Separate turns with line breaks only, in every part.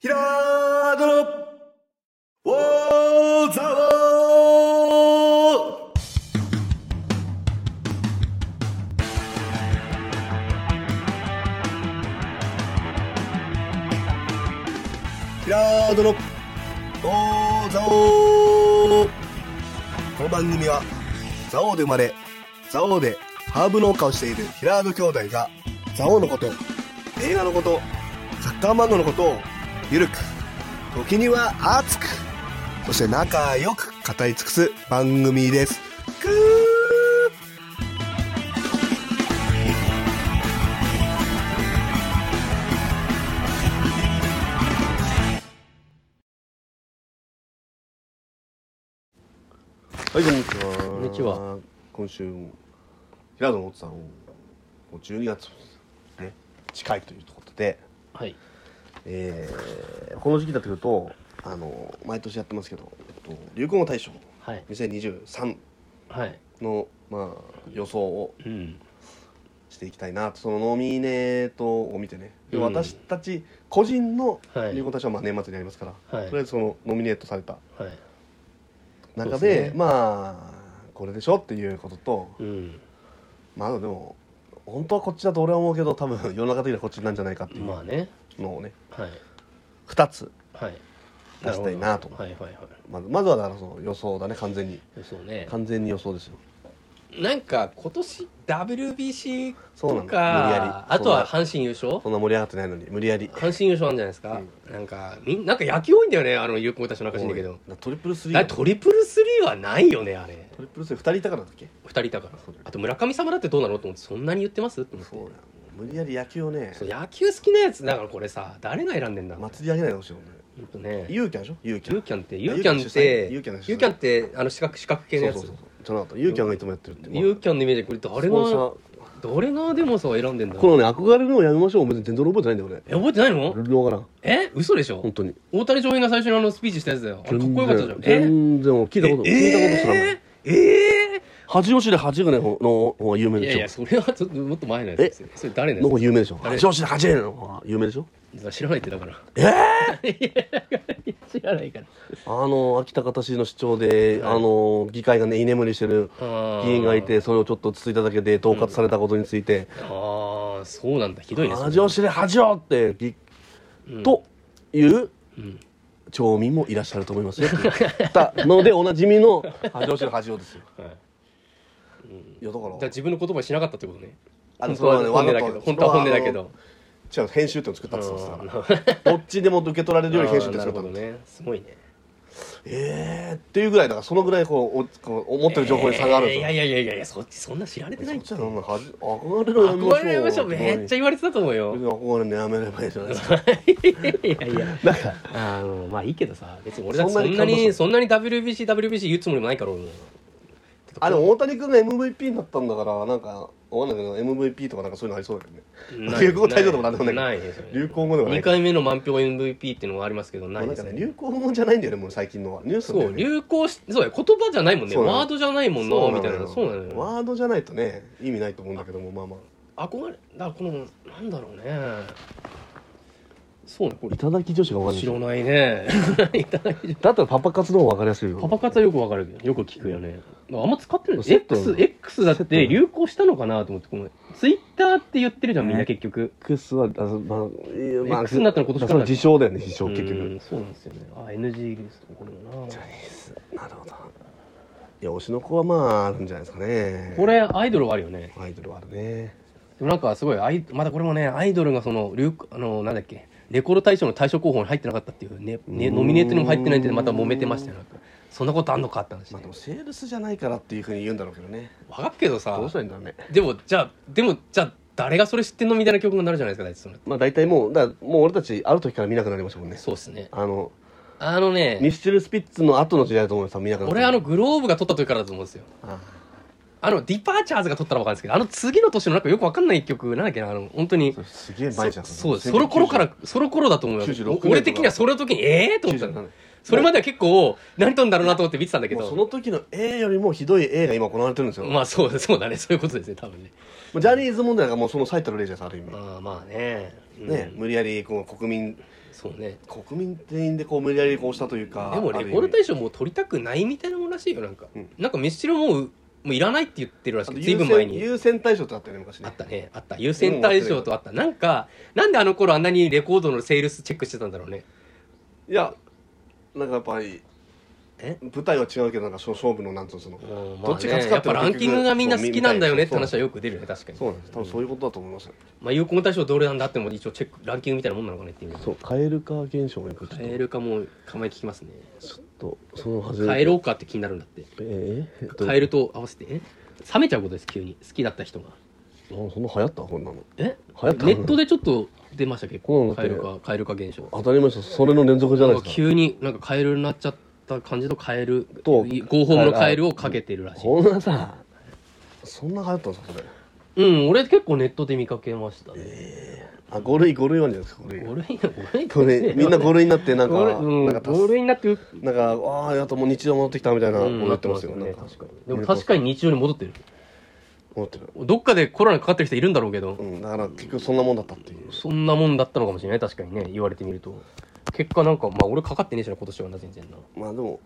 ひらーどの、おーざわーひらーどの、おーざおーこの番組は、蔵王で生まれ、蔵王でハーブ農家をしているヒラード兄弟が、蔵王のこと、映画のこと、サッカー漫画のことを、ゆるく、時には熱く、そして仲良く語り尽くす番組です。くーはい、こんにちは。こ
んにちは。
今週も、平野さんを、もう12月、ね、近いということで、
はい。
えーこの時期だというとあの毎年やってますけど、えっと、流行語大賞
はい。
2023
はい。
の、まあ、予想を
うん。
していきたいなとそのノミネートを見てね、で
うん
私たち個人の
はい
流行語大賞はまあ年末にありますから、
はい
とりあえずそのノミネートされた
はい。
中
そう
で
ですね
まあこれでしょっていうことと、
うん。
まあ、あとでも本当はこっちだと俺は思うけど多分世の中的にはこっちなんじゃないかっていう
まあね。
のをね
はい。
2つ
はい。
出したいなと思って
はいはいはい。
まずまずはだからその予想だね完全に
そうね。
完全に予想ですよ
なんか今年 WBC
そうな
と
の無理や
か、
り
あとは
そん
阪神優勝
なそんな盛り上がってないのに無理やり
阪神優勝なんじゃないですか。なんか、みんなんか野球多いんだよね、あの、有効たちの
お
中心だけど。
なトリプルスリ
だ
ー
トリプルスリーはないよね、あれ。
トリプルスリー2人いたからだっけ
二人いたから
そうだよ。
あと村上様だってどうなのと思って、そんなに言ってますって思って
そうだよ無理やり野球をね
そう野球好きなやつだからこれさ、誰が選んでんだろう
祭り上げないでほしいよね
ほんとね。
ユーキャンでしょユーキャン
ユーキャンってユーキャンって
ユー
ユ
キ
ー
ャ
キ
ンの主催
ャンってあの四角四角系のや
そう
つ
そうそうじゃなかったユーキャンがいつもやってるって
ユーキャンのイメージこれ誰
まあス
が
ポンサ
誰がでもさ選んでんだ
ーこのね憧れるのをやめましょう別に全然覚えてないんだよ
え覚えてないの
俺ルノーかな
え嘘でしょ
本当に
大谷翔平が最初にあのスピーチしたやつだよあれかっこよかったじゃんえ
全然もう聞いたこと聞いたことすらない
えーえ
八王子で八がねのの方が有名
ーい
で
や
し
い
ょ
やそれはちょっともっと前のやつですよそれ誰の
の
や
方有名でしょ
あれ
八王子で八の方が有名でしょ
つ知らないってだから
ええ
いや知らないから
あの秋田方市の市長で、あの議会がね居眠りしてる
あー
議員がいてそれをちょっとつついただけで統括されたことについて
ああそうなんだひ
「
どいねそれ
恥を知れ恥を!」ってぎ、という、町民もいらっしゃると思いますよって言ったのでおなじみの「恥を知れ恥を」ですよ。
はい
いやだか
じゃあ
ら
自分の言葉にしなかったってことね
あの
本当は
それは
本
ね
音だけど
わざと
本当は本音だけど
違う編集点を作ったって言って
うん
ましたからどっちでも受け取られるように編集点
な
作
る
った
ほ
の
どねすごいね
ええー、っていうぐらいだからそのぐらいこうおこう思ってる情報に差があるんですよ。
えーいやいやいやいやそっちそんな知られてな
そ
い
っ
っ
ち
て
はそんな恥憧れるの
憧れましょうめっちゃ言われてたと思う
別
よ
に憧れるのやめればいいじゃないですか
いやいや
なんか
あのまあいいけどさ別に俺だって
そ
そ
ん
ん
な
な
に
にそんなに WBCWBC 言うつもりもないから俺も
あでも大谷君が MVP になったんだからなんかわかんないけど MVP とかなんかそういうのありそうだけどね
ない
流行語大賞でもなんでもない
ない
け
です
ど
よね
流行語でもない
2
けど
回目の満票 MVP っていうのがありますけどない
な
で
んか
す
ね
ね
流行語じゃないんだよねもう最近のはニュースだ
そ
よ
う
ね
流行しそうだよ言葉じゃないもんね
そうなの
ワードじゃないもんなみたいなそうなのよ
ワードじゃないとね意味ないと思うんだけどもまあまあ
憧れだからこのなんだろうねそうねこれ
いただき女子が分
知らないね いただき
だったらパパ活の方が分かりやすいよ
パパ活はよくわかるけどよく聞くよねあんま使ってない
セットなの
X, X だっ
セットなの
て流行したのかなと思ってこのツイッターって言ってるじゃんみんな結局
X はあまあいやまあ
X になったの今年からだ
その自称だよね自
う
称結局
んそうなんですよねあ NG ですこれ
な
もな
るほどいや推しの子はまああるんじゃないですかね
これアイドルはあるよね
アイドルはあるね
でもなんかすごいアイまだこれもねアイドルがその流行あのなんだっけレコード大賞の対象候補に入ってなかったっていうねねノミネートにも入ってないってまた揉めてましたよなんかそんなことあんのかって話
まあで
ね
もセールスじゃないからっていうふうに言うんだろうけどね
わかるけどさ
どうしたらいいんだろうね
でもじゃあでもじゃあ誰がそれ知ってんのみたいな曲になるじゃないですか大体それ
まあ大体もうだからもう俺たちある時から見なくなりましたもんね
そうですね
あの
あの
ミ
ね
スチルスピッツの後の時代だと思うよ多分見なくなった
俺あのグローブが取った時からだと思うんですよ
あ
あのディパーチャーズが取ったら分かるんですけどあの次の年のなんかよく分かんない曲なんだっけなあの本当に
あすげえ前じゃん
そうその頃からその頃だと思うよ
96年とか
俺的にはその時にええと思った
97
のそれまでは結構何とんだろうなと思って見てたんだけ
もうそ
ど
の時の A よりもひどい A が今行われてるんですよ、
まあそうそうだねそういうことですね多分ね
もうジャニーズ問題がもうその最たる例じゃんある意味、
まあまあねうん
ね無理やりこう国民
そうね
国民全員でこう無理やりこうしたというか
でもレコード大賞もう取りたくないみたいなもんらしいよなんか、
うん
なんかメッシロもうもういらないって言ってるらし
あ
い
と
ずい
優
ぶん前
先
に
優先対象ってあったよね昔ね
あったねあった優先大賞とあったなんかなんであの頃あんなにレコードのセールスチェックしてたんだろうね
いやなんかやっぱり
え
舞台は違うけどなんかその勝負のなんつうのその
うんまあね
どっちが勝つか
やっ
ってい
ぱ
うのは
ランキングがみんな好きなんだよねって
結局
話
そう
はよく出るよね確かに
そうなんです多分そういうことだと思います
まあ有効大賞どれなんだっても一応チェックランキングみたいなもんなのかねっていう
そう蛙化現象がやっぱちょっ
変えるかもう構え聞きますね
とちょっとその初
変えろうかって気になるんだって
えーえっと
変えると合わせてえ冷めちゃうことです急に好きだった人が
あそんな流行ったこんなの
え
流行った
ネットでちょっと出ました結
こうなんだ
構カエ
って
ルかカエルか現象
当たりましたそれの連続じゃないですか
急になんかカエルになっちゃった感じとカエル
と
合法のカエルをかけてるらしい
こんなさ
そんな流行ったんですかそれ
うん俺結構ネットで見かけましたね
あ五類五類なんじゃないですか五類
5類5類
五 類みんな五類になってなんか
5類うん
なんか
5類になってる
なんかああやっともう日常戻ってきたみたいなこ
うん
うなってますよ
な
な
っ
ん
て
か
ますよねでも確かに日常に戻ってる
思ってる
どっかでコロナかかってる人いるんだろうけど
うんだから結局そんなもんだったっていう
そんなもんだったのかもしれない確かにね言われてみると結果なんかまあ俺かかってねえしな今年はな全然な
まあでも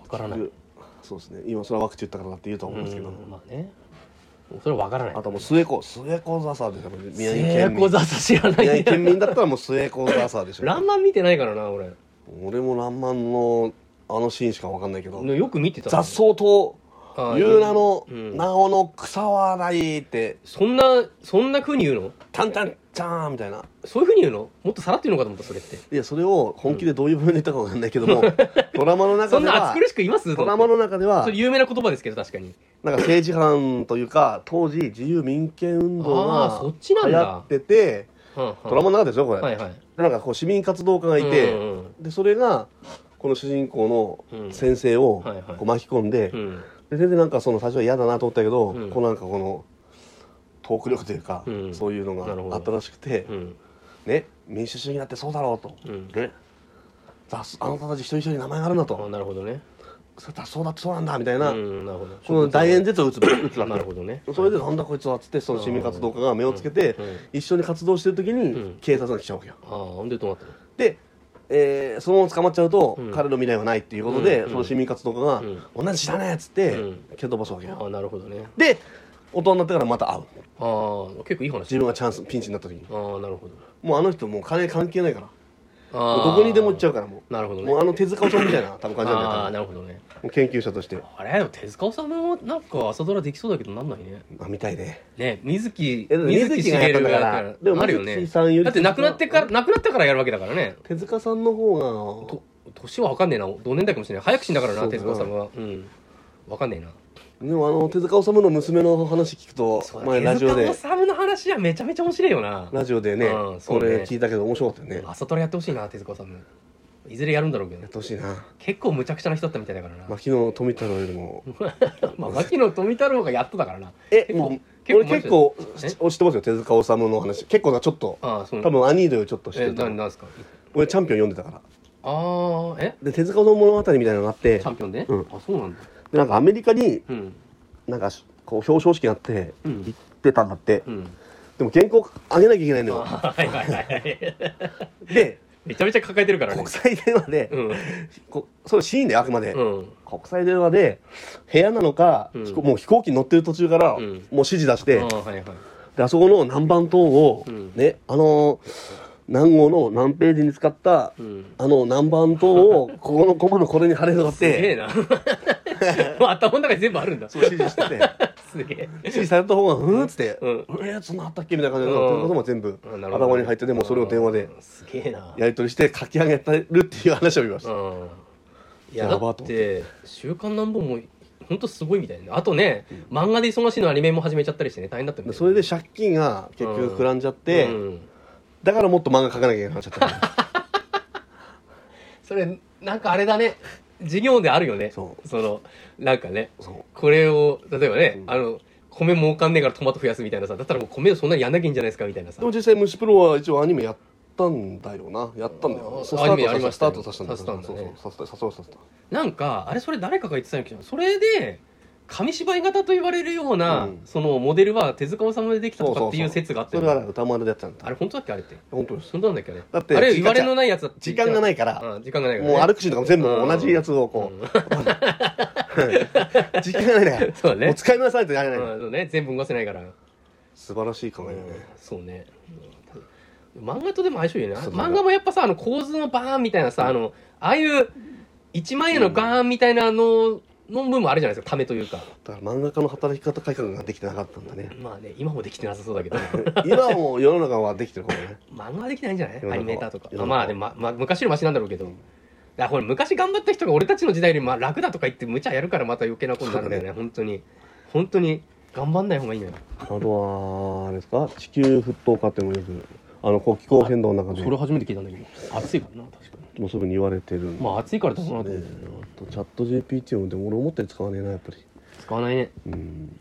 わからない
結局そうですね今それはワクチン打ったからだって言うとは思うんですけど
うんまあねそれはわからない
あともう末子末子ザサーですよ宮城
聖
県民
子座さ知らない
宮城県民だったらもう末子ザサーでしょ
ランマン見てないからな俺
俺も「らんまん」のあのシーンしか分かんないけど
よく見
「
てた
雑草と
ああ
ゆうなの
うん
なおの草はない」って
そんなそんな風に言うの
「タンタンチャーン」みたいな
そういう風に言うのもっとさらって言うのかと思ったそれって
いやそれを本気でどういう風に言ったか分かんないけどもドラマの 中
そん
で
な
は
暑苦しく言います
ドラマの中では
それ有名な言葉ですけど確かに
なんか政治犯というか当時自由民権運動
あー
が
そっちなんだ
流行っててドラマの中でしょこれ、
はいはい
なんかこう市民活動家がいて、
うんうん
でそれがこの主人公
う
の
ん
先生を
はいはい
こう巻き込んで、
うん
で先生なんかその最初は嫌だなと思ったけど、
うん
こうなんかこのトーク力というか、
うん
そういうの
なる
が
ほど
あったらしくて、
うん
ね、民主主義だってそうだろうと、
うん
ね雑あなたたち一人一人に名前があるんだ
あ
と、
なるほどね
それ雑草だってそうなんだみたいうな、
んなるほど
この大演説を打 つ打つわ
なる
け
ほどね
それでなんだこいつはっつってその市民活動家が目をつけて、
うんうん
一緒に活動してる時
う
に
ん
警察が来ちゃうわけよ。
ああほんでどうなったの
で、えーそのまま捕まっちゃうと、
うん
彼の未来はないっていうことで、
うん
その市民活動家が「同じ知らねえ」っつって、
うん
蹴飛ばすわけよ
ああなるほどね
で大人になってからまた会う
ああ結構いい話
自分がチャンスピンチになった時に
ああなるほど
もうあの人もう金関係ないから
あ
も
あ
うどこにでも行っちゃうからもう
なるほどね
もうあの手塚治虫みたいな多分感じなんだよ
ああ
多分
なるほどね
もう研究者として
あれでも手塚治虫もなんか朝ドラできそうだけどなんないね
あ見たいね
ね水木
えでも水木がやったんだから
やった
でも
あるよね
水木さんより
だって亡くなってから亡くなったからやるわけだからね
手塚さんの方が
と年は分かんねえな同年代かもしれない早く死んだから
そ
な
うだ
手
な
塚さんはうん分かんねえな
でもあの手塚治虫の娘の話聞くと前ラジオで
手塚治虫の話はめちゃめちゃ面白いよな
ラジオでね
うんそうね
俺聞いたけど面白かったよね
朝ドラやってほしいな手塚治虫いずれやるんだろうけ
や
ど
ってほしいな
結構むちゃくちゃな人だったみたいだからな
牧野富太郎よりも
まあ牧野富太郎がやっとだからな
え
結構
もう俺結構
面
知っ
白いえ
てますよ手塚治虫の話結構なちょっと
ああそう
多分アニードよりちょっと知っ
え
て
な
た
なんですか
俺チャンピオン読んでたから
ああえ
で手塚の物語みたいなのがあって
チャンピオンで、
うん
あそうなんだ
でなんかアメリカに
うん
なんかしこう表彰式があって
うん
行ってたんだって、
うん
でも原稿上げなきゃいけないのよ
はいはいはい
で
めちゃめちゃ抱えてるからね
国際電話で、
うん
こそれシーンであくまで、
うん
国際電話で部屋なのか、
うん
飛行もう飛行機に乗ってる途中から、
うん
もう指示出して、
ああはいはい
であそこの南蛮島を、
うん
ねあの南郷の何ページに使った、
うん
あの南蛮島をここのここのこれに貼れとかっ
すげえ
て
なもう頭の中に全部あるんだ
そう指示 してて。
すげえ
指示された方が「うん」っつって「
うん
えーそんなあったっけ?」みたいな感じで手塚も全部
あなるほど
頭に入ってでもそれを電話で
うんすげえな
やり取りして書き上げてるっていう話を見まし
う
た
んいや
や
だ
ば
っ
と思って
「週刊なんぼ」も本当すごいみたいなあとね漫画で忙しいのアニメも始めちゃったりしてね大変だったみ
で
たい
それで借金が結局膨らんじゃって、
うん
だからもっと漫画書かなきゃいけなくなっちゃっ た
それなんかあれだね授業であるよね
そ
のなんかね
そう
これを例えばね、
うん
あの米儲かんねえからトマト増やすみたいなさだったらもう米をそんなにやんなきゃいいんじゃないですかみたいなさ
でも実際虫プロは一応アニメやったんだよなやったんだ
あ
よ
ー
そう
アニメやりまし
ス
た
ター
よ
トさせたんだ
させたんだ
そう
ね
そうさせたさせたさせた
なんかあれそれ誰かが言ってたんやけどそれで紙芝居型と言われるような、
うん
そのモデルは手塚治虫でできたとかっていう説があった
そ
よ
れ
ね
は歌丸でやってたんだ
あれ本当だっけあれって
本当です
本当なんだっけあれ
だって
あれ言われのないやつだって
時間がないから
うん時間がないから、
もう歩
く
くシーンとかも全部同じやつをこ う時間がないね
そうだね
もう使い回さないとやれない
うんそうね全部動かせないから
素晴らしい考えだね
そうね漫画とでも相性いいよね
そう
漫画もやっぱさあの構図のバーンみたいなさあのああいう一万円のガーンみたいなのの部分もあるじゃないですかためというか
だから漫画家の働き方改革ができてなかったんだね
まあね今もできてなさそうだけど
今はもう世の中はできてる方がね
漫画はできないんじゃない
世の中は
アニメーターとか
世
あ
の中は
まあでも、ままあ、昔よりマシなんだろうけどだからこれ昔頑張った人が俺たちの時代よりまあ楽だとか言って無茶やるからまた余計なことになるんだよね本当に本当に頑張んない方がいいのよ
あとは
あれですか地球沸騰化ってもよくあのこう気候変動の中で
それ初めて聞いたんだけど暑いからな確か
もうすぐに言われてるん
に
で、
まあ暑いからだそうなと
ね
思う
あとチャット GPT もでも俺思ったより使わねえなやっぱり
使わないね
うん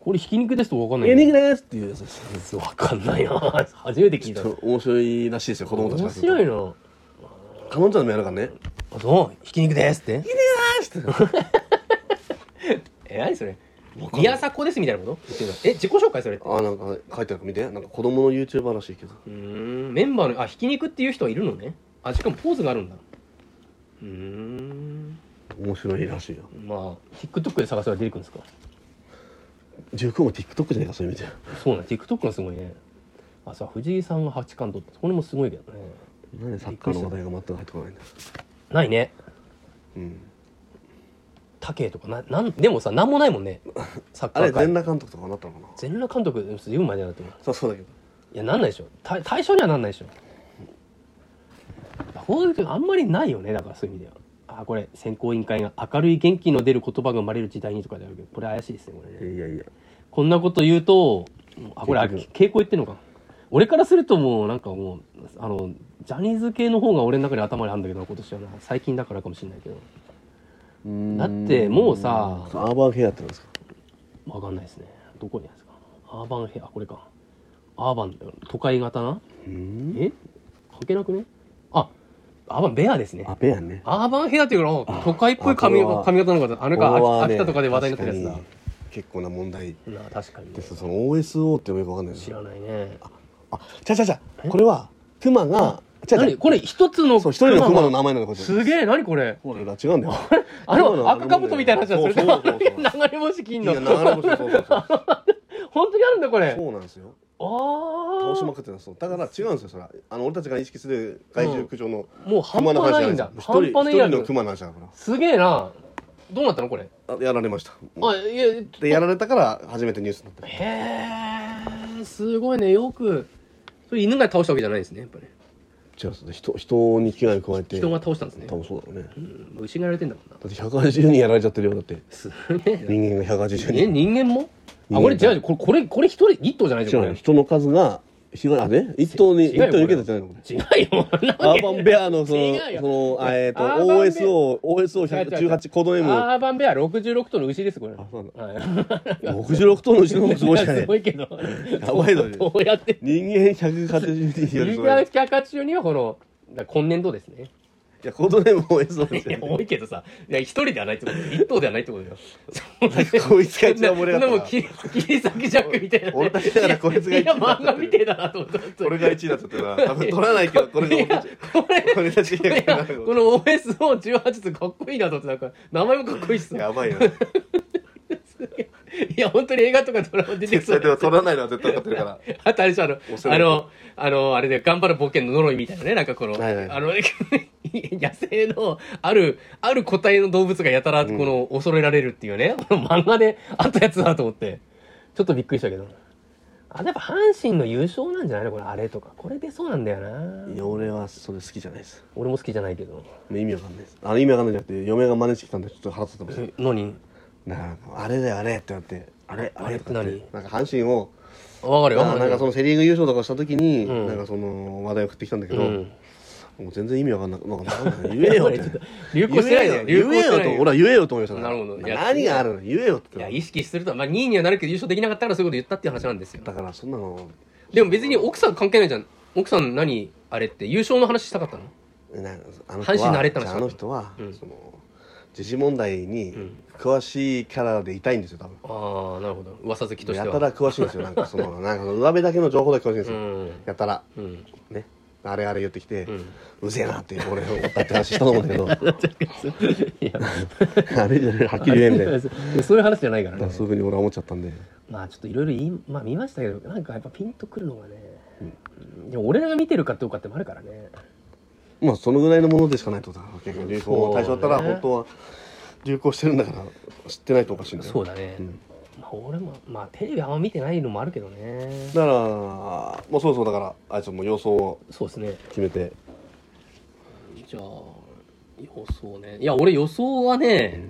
これひき肉ですとかわかんない
エ
よ
ニ
ね
グですっていうやつです
わかんないな初めて聞い
ち
た
ょっと面白いらしいですよ子供たち
面
がす
白
る
いな
と彼女のもやるからね
あどうひき肉ですってひき肉ですえ何それ宮迫ですみたいなこと言ってんだえ自己紹介それって
あなんか書いてある見てなんか子供の YouTuber らしいけど
うーんメンバーのあひき肉っていう人はいるのねあしかもポーズがあるんだうーん
面白いらしいよ
まあ TikTok で探せば出てくるんですか
19も TikTok じゃないかそういう意味で
そうね TikTok がすごいねあさ藤井さんが八冠取ったこれもすごいけどね
なんでサッカーの話題が全く入ってこないんだ
ないね
うん
武とかななんでもさ何もないもんねサッカ
あれ
ー
全
界
裸監督とかなったのかな
全裸監督ずいぶん前だなと思う
そうそうだけど
いやなんないでしょ対対象にはなんないでしょこういう時あんまりないよねだからそういう意味ではあこれ選考委員会が明るい元気の出る言葉が生まれる時代にとかであるけどこれ怪しいですねこれね
いやいや
こんなこと言うとあこれあ
結局
傾向言ってんのか俺からするともうなんかもうあのジャニーズ系の方が俺の中で頭にあるんだけどな今年はな最近だからかもしれないけどだってもうさ
アーバンヘアってなんですか
わかんないですねどこにあるんですかアーバンヘアこれかアーバン都会型な
うん
え関係なくねあアーバンベアですね
アペやね
アーバンヘアっていうのは都会っぽい髪
あこれは
髪型なのかとあれか
これは
秋
ね
秋田とかで話題になってるや
確かに結構な問題
つだな確かに
ですその OSO ってよくわかんないです
知らないね
あちゃちゃちゃこれはクマがちゃちゃ
何これ一つの
そう一人のクマの
熊が
名前なのこれ
すげえ何これ
ほら違うんだよ
あの赤カブトみたいなやつだそれで
そうそうそうそう
流れ星金
い
の
や流れ星そうそうそう
本当にあるんだこれ
そうなんですよ
あ
倒し
あ
まくってたそうだから違うんですよそれはあの俺たちが意識する害獣駆除の
もう半端ないんだ
クマ
半
の話じゃないです一
端な
人
い
一
や
人の
つ
クマの話だか
すげえなどうなったのこれ
らあやられました
あいや
でやられたから初めてニュースになってる
へえすごいねよくそれ犬が倒したわけじゃないんですねやっぱり
違うんですよ人人に危害を加えて
人が倒したんですね
多分そうだろうね
うん牛がやられてんだもんな
だって180人やられちゃってるよだって
すげえ
人間が180
え
人
人間も
人間
あこれ違うこれこれこれ一人一頭じゃないで
違
しょ
う
こ
よ
れ
人の数が被害あね一頭に
違
一
うよ
頭に受けたじゃないのこれ
違うよそんな
ア
わ
ー
け
バンベアのその
違うよ
そのあえっと
アーバンベア
OSO
違う違う違う
OSO118 コード M
アーバンベア66頭の牛ですこれ
あそうなんだ
はい
66頭のうちの方がすごいしかね
すごいけど。
やばいのに
どうやって。
人間180人よりす
有名
ごい
な182はこの、だから今年度ですね。
いやコードネーム OSO で
い
す
や
よ、ね
多いけどさ、いや、一人ではないってこと一頭ではないってことだよ。
こいつが一番盛り上がったな
そんなもう切り、切り裂きジャックみたいなね。
俺たちだからこいつが
い
一
や、
番
漫画みてえだなと思った。
これが1位だったってな多分取らないけどこれが
いやこれ、
俺たち
い
俺た
や
ちが
この OSO18 つかっこいいなと思って、なんか、名前もかっ こいいしさ。
やばいな
や、本当に映画とかドラマ出てき
そ
そう
れ
だ
で
よ
も取らないのは絶対分かってるから
あとあれでしょ、あの
恐、れ
あ
る
の、あの、あれで、頑張る冒険の呪いみたいなね、なんかこの、
はいはい
あの、 野生の、ある、ある個体の動物がやたら、この、恐れられるっていうね、この漫画であったやつだなと思って、ちょっとびっくりしたけど。あ、やっぱ阪神の優勝なんじゃないのこれ、あれとか。これでそうなんだよ
い
な。
や俺はそれ好きじゃないです
俺も好きじゃないけど。
もう意味わかんないですあの意味わかんないじゃなくて嫁が真似してきたんでちょっと腹立ってます
何
なんかあれだよあれって言われてあれあれとかって
何
なんか阪神を
わかるよ。
あなんかそのセ・リーグ優勝とかした時に、
ん
なんかその話題を振ってきたんだけ
う
ど、
ん。
もう全然意味わかんなくなんかなんか 言えよっ
ちょってと 流行してないね
言えよ
流行してな
言
い
えよと俺は言えよと思いました
なるほどいや
何があるの言えよって
いや、意識すると、まあ、2位にはなるけど優勝できなかったからそういうこと言ったっていう話なんですよ。
だからそんなの
でも別に奥さん関係ないじゃん。奥さん何あれって優勝の話したかったの
なんかあの
阪神慣れてました
じゃああの人は、
うん
その時事問題に詳しいキャラでいたいんですよ多分
ああなるほど噂好きとし
や
ては
たら詳しいんですよなんかそ のなんかその上辺だけの情報だけ詳しいんです
う
よ、
ん
やたら
うん
ねあれあれ言ってきて、
う
うんぜえなって俺思ったって話したと思うんだけど
いや
あれじゃねえはっきり言 えみたいな
そういう話じゃないからね
そういうふうに俺は思っちゃったんで
まあちょっといろいろ言いまあ見ましたけどなんかやっぱピンとくるのがね、うん、でも俺らが見てるかどうかってもあるからね
まあそのぐらいのものでしかないってことだ結局流行対象だったら
そうね
本当は流行してるんだから知ってないとおかしいんだよ
そうだね、
ん
まあ俺もまあテレビあんま見てないのもあるけどね
だからもうそろそろだからあいつも様相を
そうですね
決めて
じゃあ予想ねいや俺予想はね、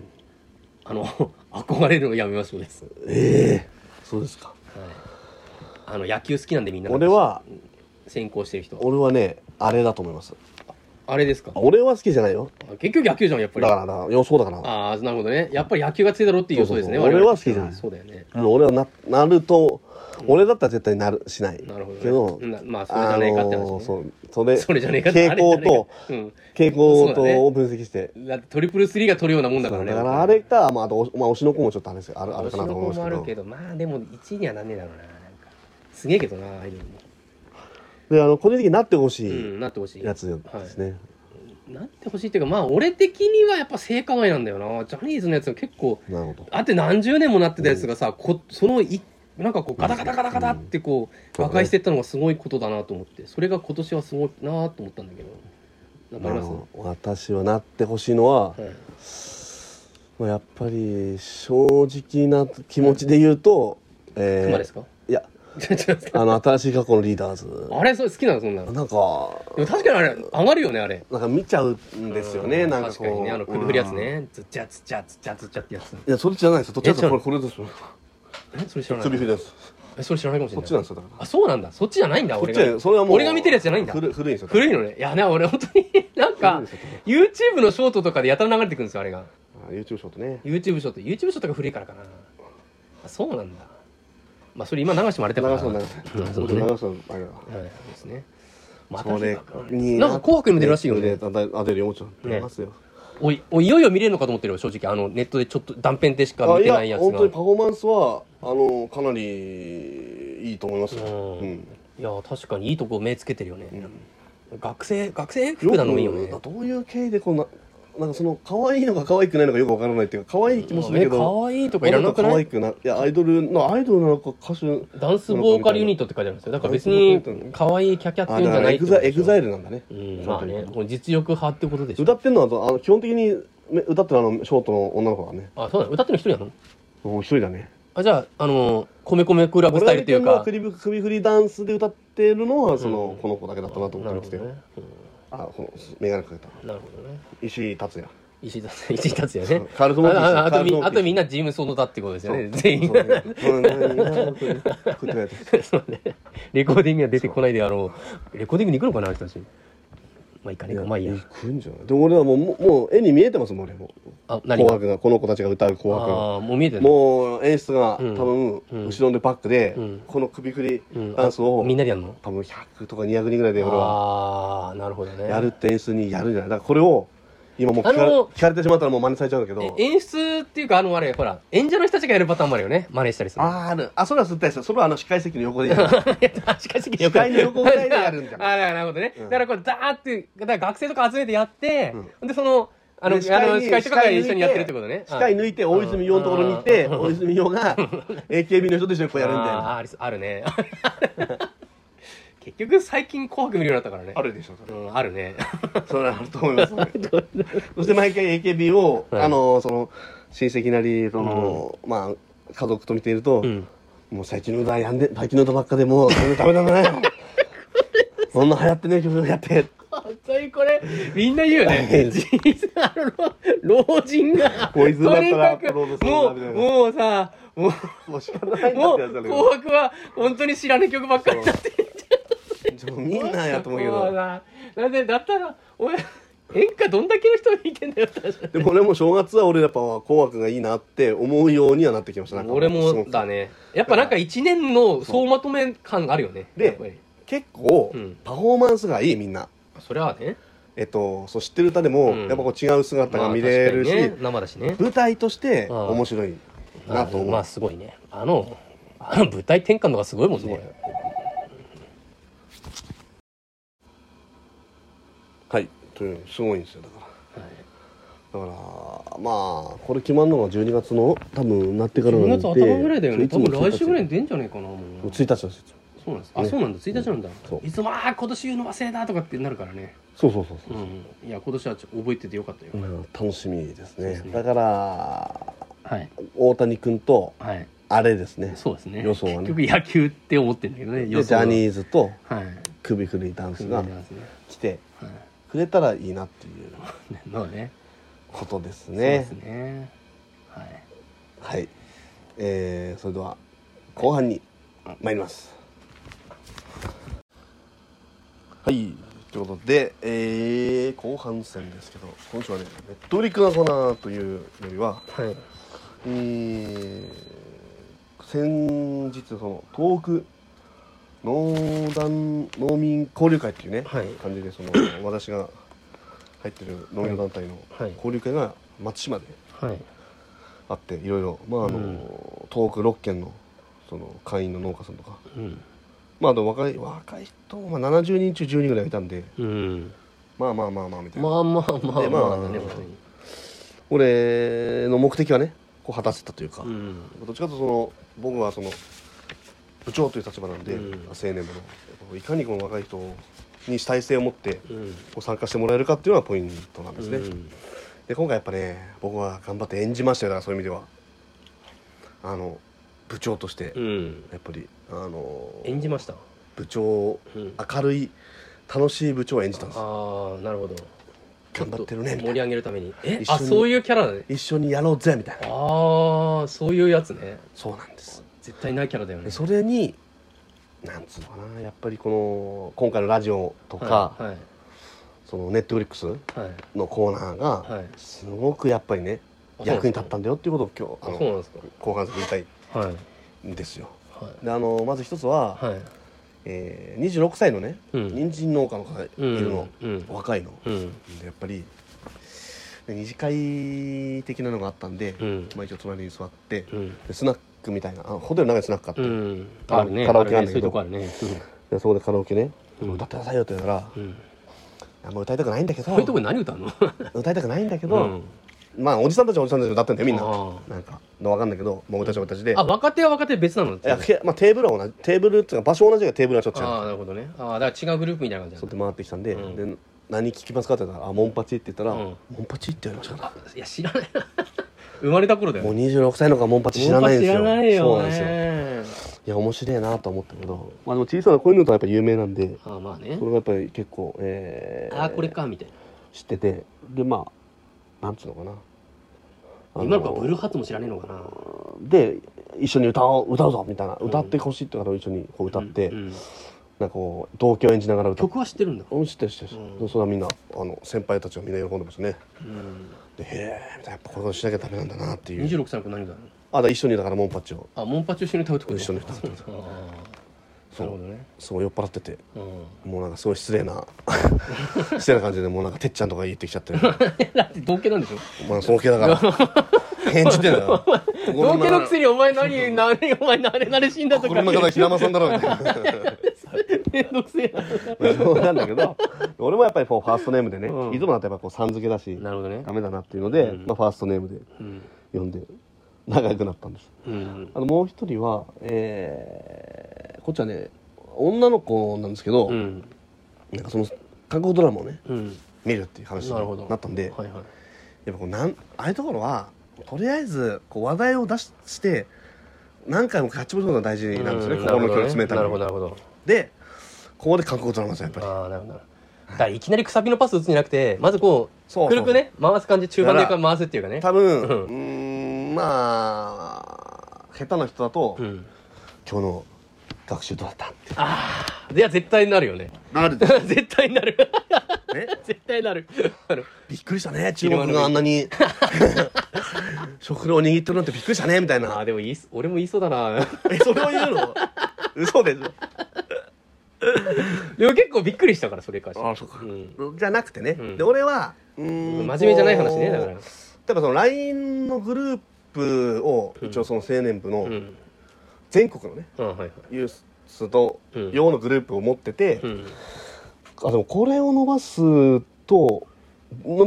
あの 憧れるのやめましょうです、はい、
ええそうですか
あの野球好きなんでみんな
俺は
先行してる人
俺はねあれだと思います
あれですか
あ俺は好きじゃないよ
あ結局野球じゃんやっぱ
だ
り
からな予想だから
ああなるほどねやっぱり野球が強いだろうっていう予想ですね
そうそうそう
我々
俺は好きじゃない
そうだよね
もう俺はななると俺だったら絶対なるしない
なるほどね
けど
なまあそれじゃねえかって話ね
あのーそうそれ
それじゃねえかって
傾向 と
あれじゃね
傾向
そうだね
とを分析して
えかうんだってトリプルスリーが取るようなもんだ
だか
から
ら,、
ね
あれか、まあ、あとおまあ推しの子もちょっとあれですよあるあ
あ
る
る
か
か
な
な
と
と
思
思
うんです
もあ
けど
るけどまあでも1位にはなんねえだろうななんかすげえけどなああいうのも
であの個人的になってほし
う
い
んなってほしい
やつですね、
なってほしいっていうかまあ俺的にはやっぱ性加害なんだよなジャニーズのやつが結構
なるほど
あって何十年もなってたやつがさ、こそのいなんかこうガタガタガタガタってこう
うん
和解してったのがすごいことだなと思ってそれが今年はすごいなと思ったんだけどなんかあ
な
り
る
ま
ほど私はなってほしいのは、
す、
ま
はい、
あ、やっぱり正直な気持ちで言うと、え
熊
ー
ですか
いや
ちょちょちょ
あの新しい過去のリーダー ズ
あれそれ好きなのそんなので
なんか
も確かにあれ上がるよねあれ
なんか見ちゃうんですよね、
う
なんかこう
確かにねあの首振るやつねズッチャズッチャズッチャズッチャってやつ
いや、それじゃないですよ。どっちかっていうと
え
これ、これですよ。
えそれ知らない
首振りです。
えそれ知らないかもしれ
こ
な
っ
い
ちなんですよ。だから。
あそうなんだそっちじゃないんだ
こっ
俺
ちは、
が
それはもう。
俺が見てるやつじゃないんだ
古古いんですよ。
古
い。
いのねいやね俺本当に なんか
古いですよ
YouTube のショートとかでやたら流れてくるんですよあれが
あ YouTube ショートね。
YouTube ショート YouTube ショートが古いからかなあそうなんだまあそれ今流してもあれだ
流
から
そう、流
うん
そ。
そううね
流そう、あれだ。
はいですねまた
それ
なんか紅白にも出るらしいよね
あ出るあ出るよ、もちろん。
ね
出ますよ。
おいおいいよいよ見れるのかと思ってるよ正直あのネットでちょっと断片でしか
あ
見
い
てないや
や、
つ
本
が
当にパフォーマンスは、あの、かなりいいと思いますよ。
う
うんん。
いや確かにいいとこ目つけてるよね、学生学生服なのもいいよね
くどういう経緯でこんな、なんかその、可愛いのか可愛くないのかよくわからないっていうか、可愛い気もするけど。
可愛いとかいらなく
可
な
愛
い
くない。いや、アイドルの、アイドルなのか歌手。
ダンスボーカルユニットって書いてあるんですよだから別に可愛いキャキャって
あ
いう
だ
んじ
か
ゃな
ら
いっ
エグ
てこと
ザ
で
エ
しょ
グザイルなんだね、
うんまあねこの実力派ってことでし
歌
ょ
ってるのはあの基本的にめ歌ってるあのショートの女の子がね
あそうだね歌ってるの一人なの
もう一人だね
あじゃああの米米クラブスタイルっていう
俺が
か
見てるのは首首振りダンスで歌ってるのはその、この子だけだったなと
な
思
る
っ
ほ
てて、
どね、
あこの眼鏡かけた
うんなるほどね
石井達也
石井達石井達也ね
カールトモーキー
あああとみ
カールトモーキー
あとみんなジムソードだってことですよね
そう
全員
そうねうんうんうんこういうこう やってやつ
そうね。レコーディングには出てこないであろう。レコーディングに行くのかな、あの人たち。まあ、行かねえか。まあいいや
行。くんじゃないでも俺はもうもうもう絵に見えてますもん俺も
あ、何
紅
が
白がこの子たちが歌う紅白が
ああ、もう見えてる。
もう演出が多
ん
分
うん
後ろでバックで、
うん
この首振り
うん
ダンスを、
みんなでやるの
多分100とか200人ぐらいで俺は
ああ、なるほどね。
やるって演出にやるんじゃないだからこれを今もう聞か
あの
聞かれてしまったらもう真似されちゃうんだけ
え
ど
演出っていうか、あの、あれ、ほら、演者の人たちがやるパターンもあるよね。真似したりする。
あーあるあそれは絶対ですよそれはあの司会席の横でやる
いや確かに司
司会の横ぐらいでやるんじゃない
ああなるほどね、
ん
だからこれダーってだから学生とか集めてやって、でその あのあの
で
司会
に
とかが
司会抜い
一緒にやってるってことね
司会抜いて大泉洋のところに行って
うん
大泉洋 が AKB の人と一緒にこうやるみたい
あー
な
ありあるね 結局最近「紅白」見るようになったからね
あるでしょそれ
うん、あるね
それはあると思い ますそして毎回 AKB を
はい
あのその親戚なりそのまあ家族と見ていると
うん
もう最近の歌やんで最近の歌ばっかでもうそれダメダメだよ そんな流行ってねえ曲やって
本当にこれみんな 言うよね実はあの老人が
ボーイズだったら
とにかく
アップロードする
も
の
う
ダメだよ
もうさもう
もう仕方ないんだ
も
っ
う
てやつだけ
紅白は本当に知らねえ曲ばっかりだって
どみんなやと思うけ
もう
ど
ななんでだったらお前演歌どんだけの人見てんだよって話
でも俺も正月は俺やっぱ紅白がいいなって思うようにはなってきましたなんか
俺
すご
も
く
だねやっぱなんか一年の総まとめ感があるよねやっぱり
で結構
うん
パフォーマンスがいいみんな
それはね
えっと、そう知ってる歌でも、
うん
やっぱこう違う姿が見れるし、
まあ確かにね生だしね
舞台として
ああ
面白いなと思う、
まあすごいねあのあの舞台転換のがすごいもんね
はいというすごいんですよだから、だからまあ
これ決まるのが12月の多分なってから
12
なん
月
で
頭ぐらいだよね多
そういつも
分来週ぐらい
1
に出んじゃねえかなもう
日です1日なんですよ
そうなんですあそうなんだ1日なんだ
そう
いつもああ今年言うの忘れたとかってなるからね
そうそうそうそう
う、んいや今年はちょっと覚えててよかったよ
うん楽しみです
そう
ね
ですね
だから
はい
大谷君と
はい
あれですね
そうですね
予想はね
結局野球って思ってんだけどね
で
予
ジ
想は
ャニーズと
はい
首振りダンス
組ん
が
でますね
来て
はい
くれたらいいなっていう
ねまあね
ことです
そうで
ね
すねはい
はいえー、それでは後半に参りますはいということで、えー、後半戦ですけど今週はねネットリクなコーナーというよりは
はい
えー先日その東北農団農民交流会っていうね、
はい
感じでその私が入ってる農業団体の
はい
交流会が松島で
はい
あっていろいろまああの、
うん
東北6県のその会員の農家さんとか
うん
まああと若い若い人、まあ、70人中10人ぐらいいたんで
うん
まあまあまあまあみたいな、
まあまあまあ
で
ま
まあ
あだね本当に
俺の目的はねこう果たせたというか、
うん
どっちかというとその僕はその部長という立場なんで、
うん
青年部のいかにこの若い人に主体性を持って
うん
こう参加してもらえるかっていうのがポイントなんですね、
うん
で今回やっぱね僕は頑張って演じましたよだからそういう意味ではあの部長として、
うん
やっぱりあの
演じました
部長
うんあ
明るい楽しい部長を演じたんです
あなるほど
頑張ってるねみた
盛
い
り
な
上げるためにえ
一緒
あ
に
そういうキャラだね
一緒にやろうぜみたいな
ああそういうやつね
そうなんです
絶対ないキャラだよね
でそれになんつうのかなやっぱりこの今回のラジオとか、
はいはい
そのネットフリックス
はい
のコーナーが
はい
すごくやっぱりね、
あ
役に立ったんだよっていうことを
あ
今日あ
そうなん
の
ですか
後半戦で言いたい
はい
んですよ
は
であのまず一つは、
いはい
えー、26歳のね、
うん
人参農家の方がいるの、
うん
お若いの、
うん
でやっぱりで二次会的なのがあったんで、
うん
まあ、一応隣に座って、
うん
でスナックみたいなあのホテルの中にスナックがあって、
うんあるね
カラオケ
あ
なんだけ
るねそういうと
ど
こあるね
でそこでカラオケね、
うん
歌ってくださいよって言うから、
うんうん
あんま歌いたくないんだけど
こういうとこで何歌うの
歌いたくないんだけ
う
ど、
ん
まあおじさんたちはおじさんたちで歌ってんだよみんな
あー
なんかのわかんないけどもう俺たちは俺たちで
あ若手は若手別なの
いやけまあ、テーブルは同じテーブルっていうか場所は同じだけどテーブルはちょっと違
ああ
う
なるほどねああだから違うグループみたいな感じ
そう
だ
やって回ってきたんで,、
うん
で何聞きますかって言ったら「あモンパチ」って言ったら「
うん
モンパチ」って言われましたか
いや知らない 生まれた頃だ
ら
よ
もう26歳の子はモンパチ知らないんですよ
知らない
そう
よ
なんですよ
ね
いや面白いなと思ったけどまあでも小さなこういうのとはやっぱ有名なんで
ああまあね
それがやっぱり結構、えー
ああこれかみたいな
知っててでまあなんつうのかなあ
今の子はブルーハーツも知らねえのかな
で一緒に歌おう歌うぞみたいな歌ってほしいってから一緒にこう歌って、
うんうん
なんかこう同居演じながら歌って
曲は知ってるんだ
うん知ってる知ってる、
うん
それはみんなあの先輩たちはみんな喜んでましたね
うん
でへえみたいなやっぱこういうことしなきゃダメなんだなっていう
26歳の子何歌うの
あだから一緒にだからモンパチを
あモンパチを一緒に歌うってこと
一緒に歌うって
ああなるほどね
すごい酔っ払ってて
うん
もうなんかすごい失礼な 失礼な感じでもうなんかてっちゃんとか言ってきちゃって
だって同系なんでしょ
まあ尊敬だ から返事ってんだよ
同系のくせにお 前何何お前慣れ慣れ死んだとか
心の中 でひな まさんだろみたいな
めんどくせえな
冗談だけど俺もやっぱりこうファーストネームでね、
うん
いつもだとやっぱこうさん付けだし
なるほどね
ダメだなっていうので、
うん
まあ、ファーストネームで
うん
呼んで仲良くなったんです
うん
あのもう一人は、えーこっちはね女の子なんですけど、
うん
なんかその韓国ドラマをね
うん
見るっていう話に
なるほど
なったんで、
はいはい
やっぱこうなんああいうところはとりあえずこう話題を出しして何回もキャッチボールするのが大事なんですね、
うん
心の距離を詰めた
な
め
るほ
に
どなるほど
でここで韓国ドラマですよやっぱり
ああなるほどだからいきなりくさびのパス打つんじゃなくてまずこ
そうそ
う
う
くるくね回す感じ中盤で
だから
回すっていうかね
多分
うん
うーんまあ下手な人だと、
うん
今日の学習どうだったって
いや絶対になるよね
なるでしょ
絶対になる
ね
絶対になるあの
びっくりしたね中国があんなに 食料を握ってるなんてびっくりしたねみたい
あ
な
あでも言いそう俺も言いそうだな
えそれを言うの嘘でしょ
でも結構びっくりしたから、それかし。
ああ、そっか
う。ん。
じゃなくてね。
うん
で、俺は、うー
真
ん
面目じゃない話ね、だから
こ。う例えばその LINE のグループを、
うん
一応その青年部
う
の
ん。
全国のね、
うん、はいはい。
ユースと、
うん
用のグループを持ってて
う、ん。
あでもこれを伸ばすと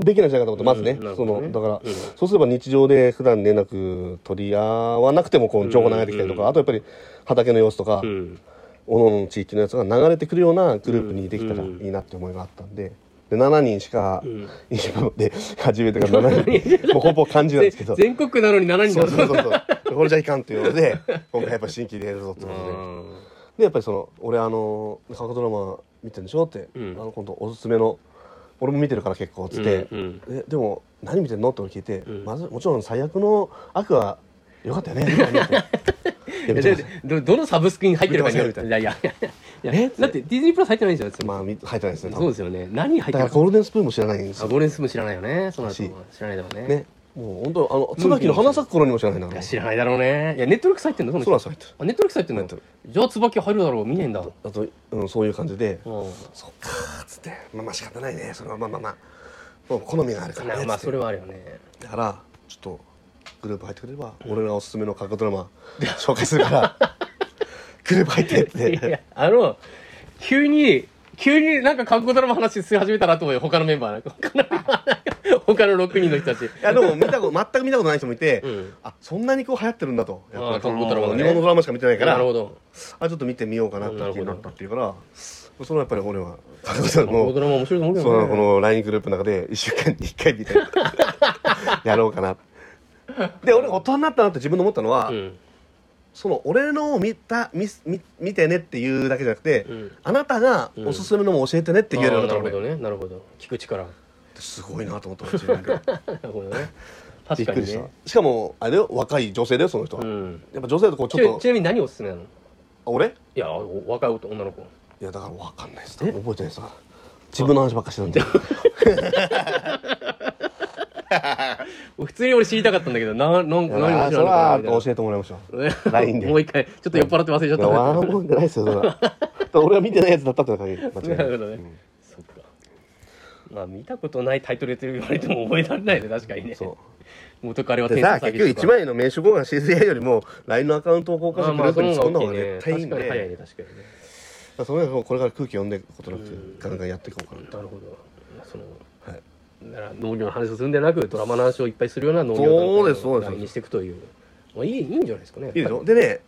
できないんじゃないかと思ってまずね,、
うんなる
そ
ほど
の
ね
だから、
うん
そうすれば日常で普段連絡取り合わなくてもこう情報流れてきたりとか、
うん
あとやっぱり畑の様子とか、
うん。
おのおのの地域のやつが流れてくるようなグループにできたらいいなって思いがあったんで。で7人しか
うん
今まで初めてが7人もうほぼ漢字なんですけど
全国区なのに7人
そう
だ
そうそうそうこれじゃいかんっていうので今回やっぱ新規でやるぞってことで
うん
でやっぱりその「俺あの韓国ドラマ見てるんでしょ?」って、
うん
あの今度おすすめの「俺も見てるから結構」っつって、
うん
え「でも何見てんの?」って俺聞いて、
ん
まずもちろん最悪の悪はよかったよ ね」みたいないや
いや
見てま
だっ
す
てどどのサブスクに入ってるかによる
見て
いやいやいやいやだってディズニープラス入ってないんですよだって
まあ見入ってないですね多
そう
分
ですよね何入っ
だ
て
か
る
らゴールデンスプーンも知らないんです
あ
よ
ゴールデンスプーン知らないよねそうなんですよ知らないだろうね
ねもう本当あの椿の花咲く頃にも知らないんだ
い
か
や
ら
知らないだろうねいやネットフリックス入ってんのその
そうなんですよ入ってる
あネットフリックス入ってん
ネット
の
フ
じゃあ椿入るだろう見ねえんだう
あと、うん、そういう感じで
ん
「そっか」っつって「まあまあ仕方ないねそれはまあまあまあもう好みがあるからね」
まあ
つって
それはあるよね
だからちょっとグループ入ってくれれば、俺がおすすめの韓国ドラマ紹介するから グループ入ってっ
いやい
て
やあの急に急になんか韓国ドラマ話し始めたなと思うよ他のメンバーなんか 他のメンバーなんか他の6人の人たち
いやでも見たこと全く見たことない人もいて、
うん
あそんなにこう流行ってるんだとやっぱ
あー
りこの
韓国ドラマがね
日本のドラマしか見てないから
なるほど
あちょっと見てみようかなって
なるほ
気
ど
になったっていうからそのやっぱり俺は韓国ドラマ
韓国ド
の
ラマ面白いと思うけ
そ
ど
の
ね
この LINE グループの中で1週間に1回みたいな やろうかなで俺大人になったなって自分の思ったのは、
うん
その俺のを見た見す見見てねっていうだけじゃなくて、
うん
あなたがおすすめのも教えてねって言えるようにな
あ
っ
ー
た
な
の
るほ
ね
どねなるほど聞く力
すごいなと思った自分で
なるほどね
び
確
っ
か
く
に
りした
ね
しかもあれだよ若い女性だよその人は、
う
や
ん
っぱ女性だとこう
ち
ちょっ
なち
と
なみに何おすすめなのい
あ俺
やお若い女の子
いやだから分かんないです覚えてないですから自分の話ばっかりしてたん で
普通に俺知りたかったんだけどななん何
いやそ
を知
れ
らな
はい
の
教えてもらいましょう
みたいな
LINE で
もう一回ちょっと酔っ払って忘れちゃった
笑うもんじゃないです よそれは俺が見てないやつだったって限り間違い
な
ない
るほどね、そっかまあ見たことないタイトルって言われても覚えられないね確かにね
そ
元彼は
で
天
さ
才
結局1枚の名刺交換してやるよりも LINE のアカウントを交換
ま
し
あ
て
ま
グル
あ
ープ
そ
に作るの
の方
方が絶対いいん
が大きいね確かに早い
で
ね確かにね
だからその辺はこれから空気読んでいくことなくてガンガンやっていこうかな
なるほどその
はい
だから農業の話をするんではなくドラマの話をいっぱいするような農業
そうですそう
を
です
題にしていくというまあいいいいんじゃないですかね
いいでしょでね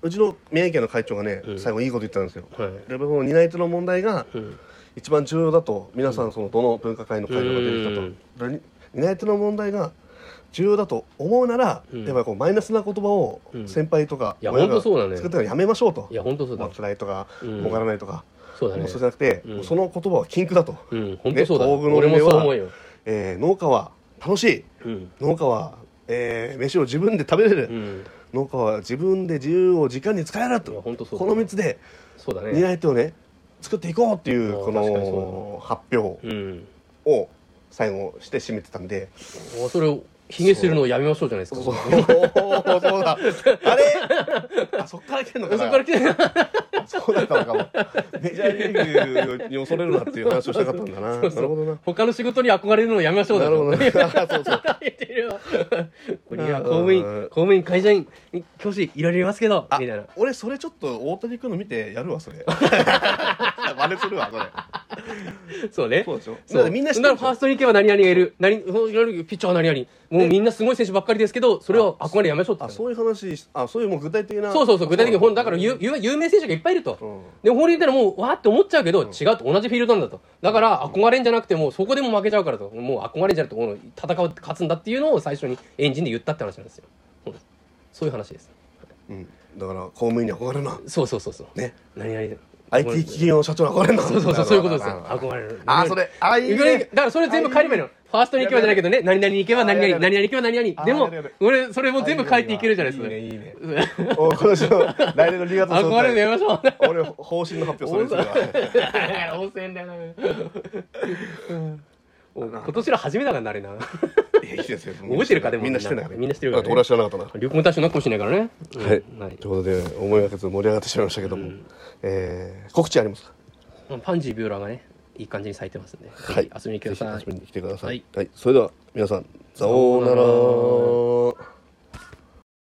うちの宮城県の会長がね、
うん
最後いいこと言ったんですよ
は
や
い、
っぱりこの担い手の問題が
うん
一番重要だと皆さんそのどの分科会の会長が出てきたと、で担い手の問題が重要だと思うなら、
うん
やっぱりこうマイナスな言葉を
うん
先輩とか
いや
親
ほん
が
とそ
作
うだ
っ
ね
てるのやめましょうと
いや本当そう
ま
だ
あ辛いとか
うん
儲からないとか、
そうだ
も
ね
うそうじゃなくて、
うん
その言葉は禁句だと、
うん本当そうだ、
ね東軍の
俺も
上
そ
は
う思うよ、
えー農家は楽しい
うん
農家は、えー飯を自分で食べれる、
うん、
農家は自分で自由を時間に使える
いや
と
本当そうだ
この3つで
そうだね
担い手をね作っていこうっていう
ああ
こ
確かにそ
の発表
うん
を最後して締めてたんで
おそれをひげするのをやめましょうじゃないですか
そうそう だあれあそっから来てんのか
そ
な
こから来て
そうだったのかもメジャーリーグに恐れるなっていう話をしたかったんだな
そうそう
なるほどな
他の仕事に憧れるのをやめましょうだ
なる ほど
ね
ねそうそう
これには公務員
あー
公務員会社員教師いろいろいますけど
あ
みたいな
俺それちょっと大谷君の見てやるわそ れ真似するわそれ
そうね
そうでしょ
そう
だってみんな知って
だ
る
か
でしょ
らファーストに行けば何々がいる何そういろいろピッチャーは何々もうみんなすごい選手ばっかりですけどそれを憧れやめましょうって
あそういう話しあそういうもう具体的な
そうそうそう具体的にほんだから
言
有有有名選手がいっぱいいると、
うん
でも放り入れたらもうわーって思っちゃうけど、違うと同じフィールドなんだとだから憧れんじゃなくてもうそこでも負けちゃうからともう憧れんじゃなくてこの戦うって勝つんだっていうのを最初にエンジンで言ったって話なんですよ、うんそういう話です
うん、だから公務員に憧れるな
そうそうそうそう
ね
何々
IT 企業の社長に憧れるな
そうそうそうそういうことです
なる
よ
ほどなるほ
憧れる
あーそれあーいいね
いくらだからそれ全部変えればいいのファーストに行けばじゃないけどね何々に行けば何々
やべや
何々行けば何々で
あ
も
ーやべや
俺それも全部変えていけるじゃないですか
いいねいいねどお今年の来年の2月の
憧れるのやめましょう
俺方針の発表それでするわ
温泉だな今年の初めだからなれな
いいやいいですよ
覚えてるかでも
みんなしてない
みんなしてるからね
だって俺は知らなかったな
旅行大使のかもしれないからね。うん
はい、
はい
ということで思いがけず盛り上がってしまいましたけども、えー告知ありますか
パンジービューラーがね、いい感じに咲いてますんで、
はい
ぜひ遊びに来てくださ
ぜ
い
ひ遊。びに来てください、
はい
それでは皆さんさような
さよう
ら